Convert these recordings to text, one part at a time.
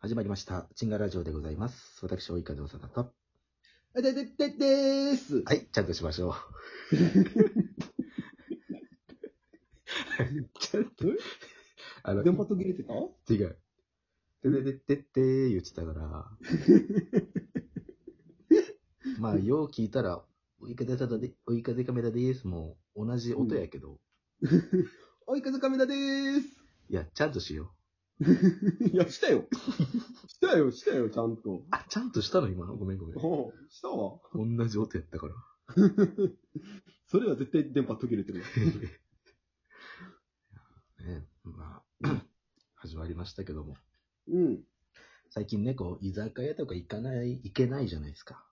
始まりました。チンガラジオでございます。私、及川でおさなと。あででででーす。はい、ちゃんとしましょう。ちゃんと、あの、電波途切れてた違う。てててててー言ってたから。まあ、よう聞いたら、追い風ただで、追い風カメラでーすも同じ音やけど、追い風カメラでーいや、ちゃんとしよす。 いや、した よ。したよ、したよ、ちゃんとう。。あ、ちゃんとしたの今のごめんごめおうしたわ。ん。同じ音やったから。それは絶対電波途切れてるわ。 ね、まあ、 始まりましたけども。うん。最近ね、こう、居酒屋とか行かない、行けないじゃないですか。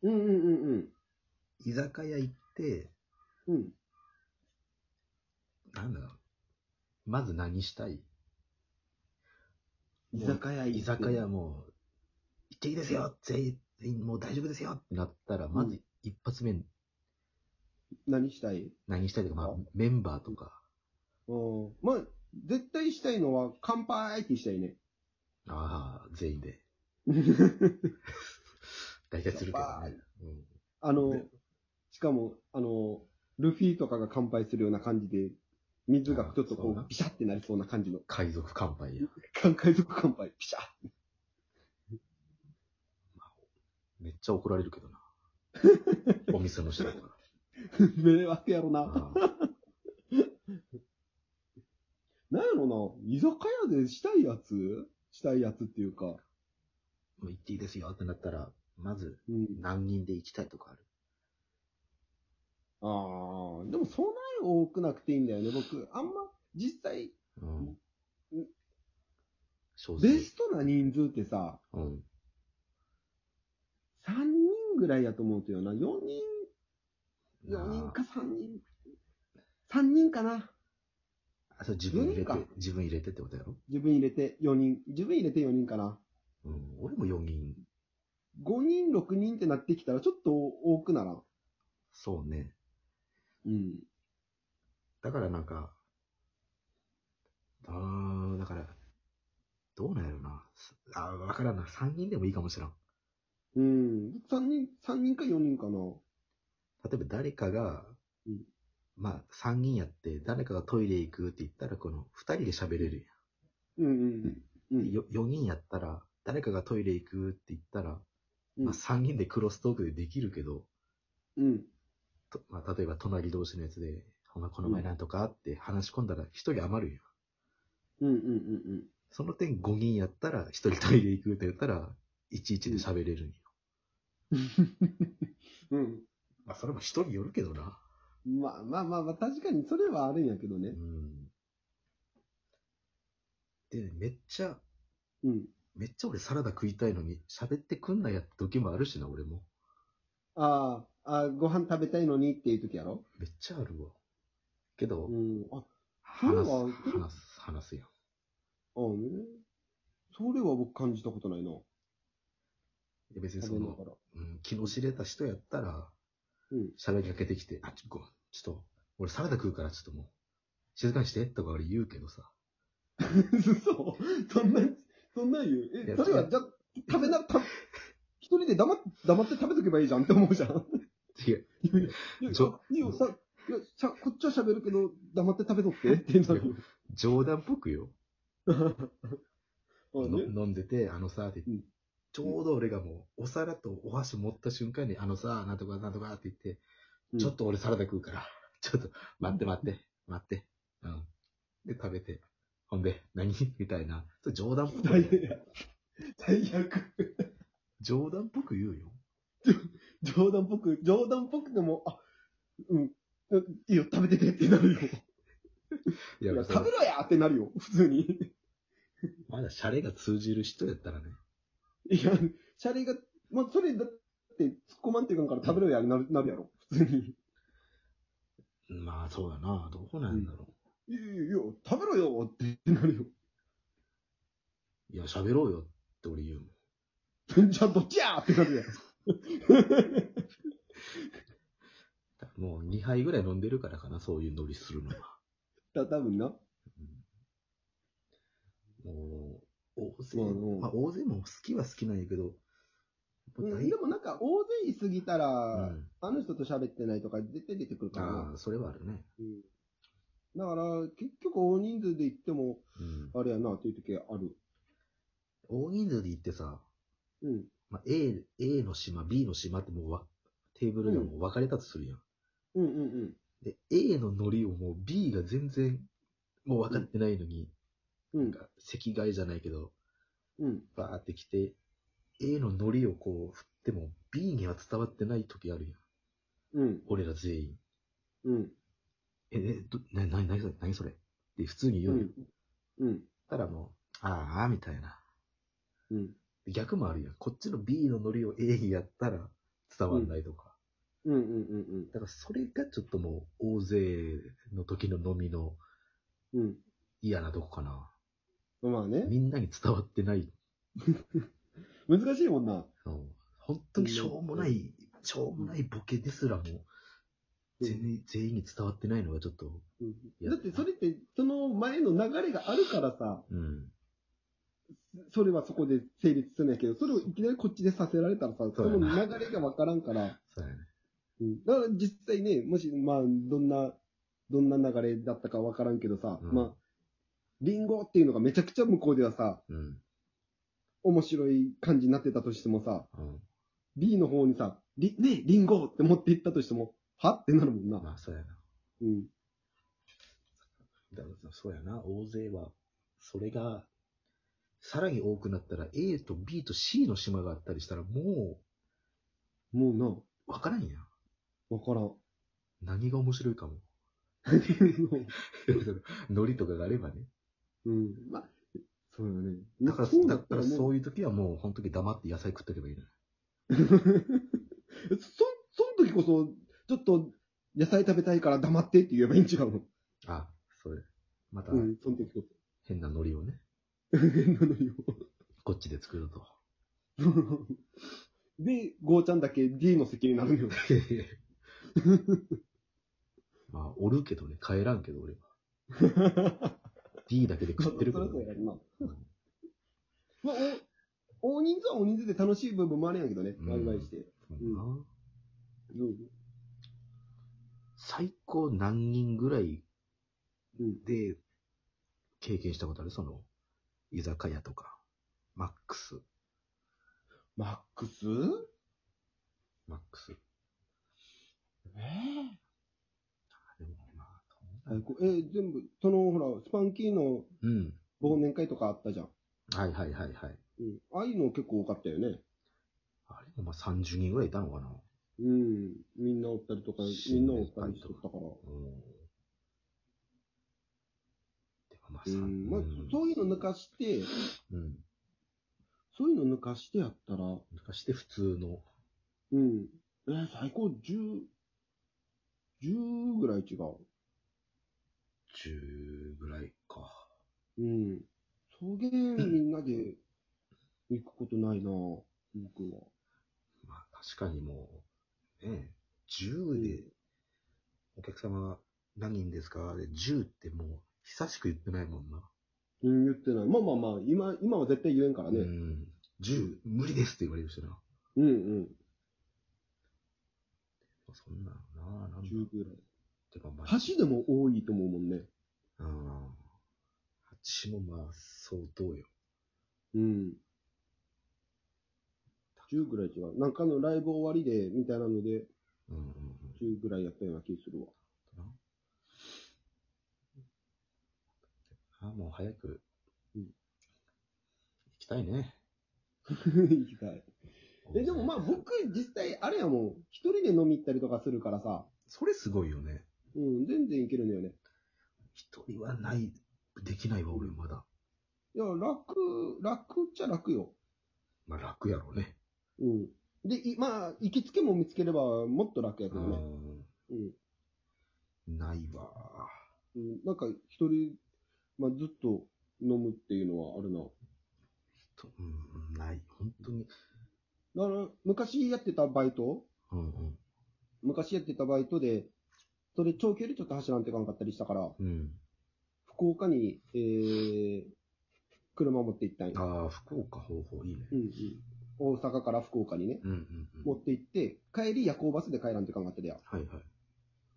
うんうんうん居酒屋行って、うん。うん。なんだろう。まず何したい居酒屋行って居酒屋もう、行っていいですよ全員、全員もう大丈夫ですよってなったら、まず一発目、何したい何したいとか、まああ、メンバーとか。うん。まあ、絶対したいのは乾杯ってしたいね。 ああ、全員で。大体するけどね。うんあの、しかも、あの、ルフィとかが乾杯するような感じで、水がちょっとこあそううな、ビシャってなりそうな感じの。海賊乾杯や。海賊乾杯、ピシャめっちゃ怒られるけどな。お店の人とか。 迷惑やろな。あなんやろな、居酒屋でしたいやつしたいやつっていうか。あもう行っていいですよってなったら、まずうん。何人で行きたいとかある。ああ、でもそんなに多くなくていいんだよね。僕、あんま、実際、うんうん。正ベストな人数ってさ、うん。 3人ぐらいやと思うとよな。4人、4人か3人。3人かな。あ、それ自分入れて四人か、自分入れてってことやろ自分入れて4人。自分入れて4人かな。うん。俺も4人。 5人、6人ってなってきたらちょっと多くならん。そうね。うん。だからなんか、あー、だから、どうなんやろな。すあー、わからんな。3人でもいいかもしらん。うん。3人、三人か4人かな。例えば誰かが、うんまあ3人やって、誰かがトイレ行くって言ったら、この2人で喋れるうんうんうん。うやん。ん。よ4人やったら、誰かがトイレ行くって言ったら、うんまあ3人でクロストークでできるけど、うん。とまあ、例えば隣同士のやつで、お前この前なんとかって話し込んだら一人余るよ。うんうんうんうん。その点5人やったら一人トイレ行くって言ったら、いちいちで喋れるんよ。うん。まあそれも人によるけどな。まあまあまあまあ、確かにそれはあるんやけどうね。ん。で、めっちゃ、うん。めっちゃ俺サラダ食いたいのに喋ってくんなやって時もあるしな、俺も。ああ、ああご飯食べたいのにっていう時やろめっちゃあるわ。けど、うん。あ、それ話す、は、話す、話すやん。うん。それは僕感じたことないな。いや別にそ食べなのが、ら。うん、気の知れた人やったら、うん。喋りかけてきて、あ、ちょ、ごめんちょっと、俺サラダ食うから、ちょっともう、静かにして、とか俺言うけどさ。そうそんな、そんなん言う。いやえ、それいは、やじゃ、食べな、た、一人で黙っ黙って食べとけばいいじゃんって思うじゃん。いや、いやちょいいよ、さ、いや、しゃ、こっちは喋るけど、黙って食べとってってなる冗談っぽくよ。よ。 あのね飲んでて、あのさ、って、うんちょうど俺がもう、お皿とお箸持った瞬間に、あのさ、なんとかなんとかって言って、うんちょっと俺サラダ食うから、ちょっと、待って待って、待って。うん。で、食べて。ほんで、何みたいな。それ冗談っぽ最く。悪。最悪。冗談っぽく言うよ。冗談っぽく、冗談っぽくても、あ、うん、いいよ、食べててってなるよ。いいや、やそれ食べろやってなるよ、普通に。まだシャレが通じる人やったらね。いや、シャレが、まあ、それだって、突っ込まんっていかんから食べろやになるなるやろ、普通に。まあ、そうだな。どうなんだろう。いやいやいや、食べろよってなるよ。いや、喋ろうよって俺言うもん。じゃあ、どっちやって なるやん。だからもう2杯ぐらい飲んでるからかな、そういうノリするのは。た、多分な。もう、大勢、まああのまあ、大勢も好きは好きなんやけど、やっぱう大んでもなんか、大勢いすぎたら、うん、あの人と喋ってないとか絶対出てくるからなあ。あ、それはあるね。うんだから、結局大人数で行っても、うん、あれやな、という時ある。大人数で行ってさ、うん。まあ、A, A の島、B の島ってもうわテーブルがもう分かれたとするやん。うんうんうん。で、A のノリをもう B が全然もう分かってないのに、うんなんか席替えじゃないけど、うん。バーって来て、A のノリをこう振っても B には伝わってない時あるやん。うん。俺ら全員。うん。え、え、ど、な、な、なにそれ、なにそれって普通に言ううよ。ん。うん。たらもう、ああ、みたいな。うん。逆もあるやん。こっちの B のノリを A にやったら伝わんないとか。うんうんうんだからそれがちょっともう大勢の時の飲みのうん。嫌なとこかな。うん。まあね。みんなに伝わってない。難しいもんな。うん本当にしょうもない、しょうもないボケですらも、全員全員に伝わってないのがちょっと、うんいやだってそれって、その前の流れがあるからさ、うん。それはそこで成立するんやけど、それをいきなりこっちでさせられたらさ、そそうやのな流れがわからんから、そうやね。うんだから実際ね、もし、まあ、どんな、どんな流れだったかわからんけどさ、うんまあ、リンゴっていうのがめちゃくちゃ向こうではさ、うん。面白い感じになってたとしてもさ、うん。 B の方にさ、りねえ、リンゴって持っていったとしても、はってなるもんな。まあ、そうやな。うん。だからそうやな。大勢は、それが、さらに多くなったら A と B と C の島があったりしたらももうな、う、わからんやん。わからん。 何が面白いかも。 ノリとかがあればね。うん。まあ、そうよね。だから、そうだからも。そうういう時はもう、本当に黙って野菜食っとけばいいのよ。 そ、その時こそ、ちょっと、野菜食べたいから黙ってって言えばいいん違うの。あ、それ。またう、ん、その 時こ変な海苔をね、そ。変なのよ。こっちで作る と。で、ゴーちゃんだけ D の席になるのよ。まあ、おるけどね、帰らんけど、俺は。D だけで食ってるけど まあそりゃそうやね。ろなうんまあ、お大人数は大人数で楽しい部分もあるんやけどね、うんワイワイして。そうだなうん。最高何人ぐらいうん。で経験したことあるその、居酒屋とか。マックス。マックスマックス。えでもまあ、ええ、全部、その、ほら、スパンキーのうん。忘年会とかあったじゃん。はいはいはいはい。うん。ああいうの結構多かったよね。あれもまあ30人ぐらいいたのかなうん。みんなおったりとか、みんなおったりしとったから。うん。でもまあうさ、ん。まあうん、そういうの抜かして、うん。そういうの抜かしてやったら、なんかして普通の。うん。えー最高10、10ぐらい違う。 10ぐらいか。うん。草原みんなで行くことないなぁ、僕は。まあ確かにもう、ねえ、10で、お客様何人ですかで、10ってもう、久しく言ってないもんな。うん、言ってない。まあまあまあ、今、今は絶対言えんからうね。ん。10、無理ですって言われるしな。うんうん。そんなのな、なんだ10ぐらい。てかまあ、箸でも多いと思うもんね。うん。8もまあ、相当よ。うん。10ぐらい違う。なんかのライブ終わりで、みたいなので、うんうんうん。 10ぐらいやったような気 するわ。あ、もう早く、うん行きたいね。意外え、でもまあ僕、実際、あれやもん。一人で飲み行ったりとかするからさ。それすごいよね。うん、全然いけるのよね。一人はない、できないわ、俺まだ。いや、楽、楽っちゃ楽よ。まあ楽やろうね。うん。で、いまあ、行きつけも見つければもっと楽やけうどね。ん。うん。ないわ。うん、なんか、一人、まあ、ずっと飲むっていうのはあるな。とうん、ない。本当に。だから、昔やってたバイトうんうん。昔やってたバイトで、それ長距離ちょっと走らんといかんかったりしたから、うん。福岡に、えー、車持って行ったんよ。ああ、福岡方法いいね。うんうん。大阪から福岡にね、うんうんう持ん。って行って、帰り夜行バスで帰らんといかんかったでや。はいはい。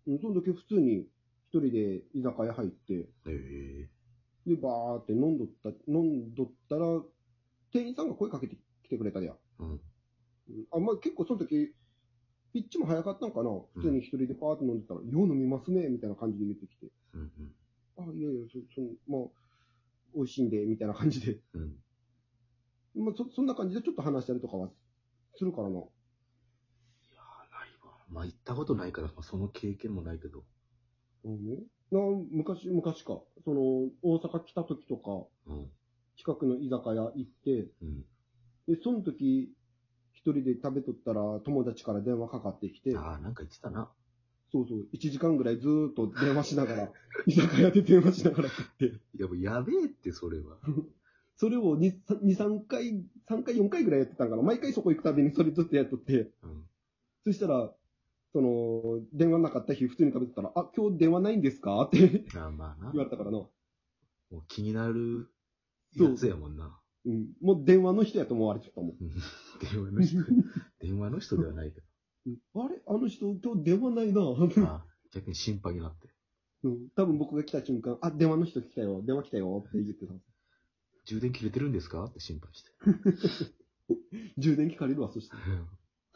うん、その時普通に一人で居酒屋入って、ええで、バーって飲んどった、飲んどったら、店員さんが声かけてきてくれたでや。うん。うんあ、まあ、結構その時、ピッチも早かったんかな普通に一人でパーって飲んでたら、よう飲みますね、みたいな感じで言ってきて。うんあ、いやいや、そ、その、まあ、美味しいんで、みたいな感じで。うん。うん。まあ、そ、そんな感じでちょっと話したりとかはするからな。あないわ。まあ行ったことないから、まあ、その経験もないけど。うん、な昔、昔か。その、大阪来た時とか、うん。近くの居酒屋行って、うん。で、その時、一人で食べとったら、友達から電話かかってきて、ああ、なんか言ってたな。そうそう、1時間ぐらいずーっと電話しながら、 居酒屋で電話しながら食って、いや、もうやべえって、それは。それを2、2 3回、3回、4回ぐらいやってたんかな。毎回そこ行くたびにそれずっとやっとって、うん。そしたら、その、電話なかった日、普通に食べてたら、あ、今日電話ないんですかって 言ああ、まあな。われたからな。もう気になるやつやもんな。うん。もう電話の人やと思われてた もん。うん電話の人、 電話の人ではないけうんあれあの人、今日電話ないな。 ど。ああ、逆に心配になって。うん多分僕が来た瞬間、あ、電話の人来たよ、電話来たよって言ってた。充電切れてるんですかって心配して。充電器借りるわ、そして。うん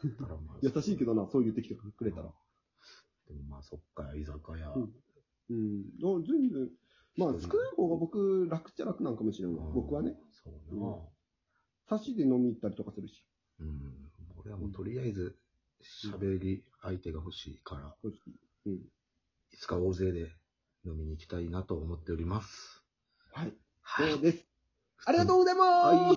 だからまあ 優しいけどな、そう言ってきてくれたら。でもまあそっか、居酒屋。うんうん。あ全然。まあ、そうね作る方が僕、楽っちゃ楽なんかもしれない。僕はね、。そうな。差しで飲み行ったりとかするし。うん。俺はもうとりあえず、喋り相手が欲しいから、正直うん。いつか大勢で飲みに行きたいなと思っております。はい。はい。そうです。ありがとうございます、はい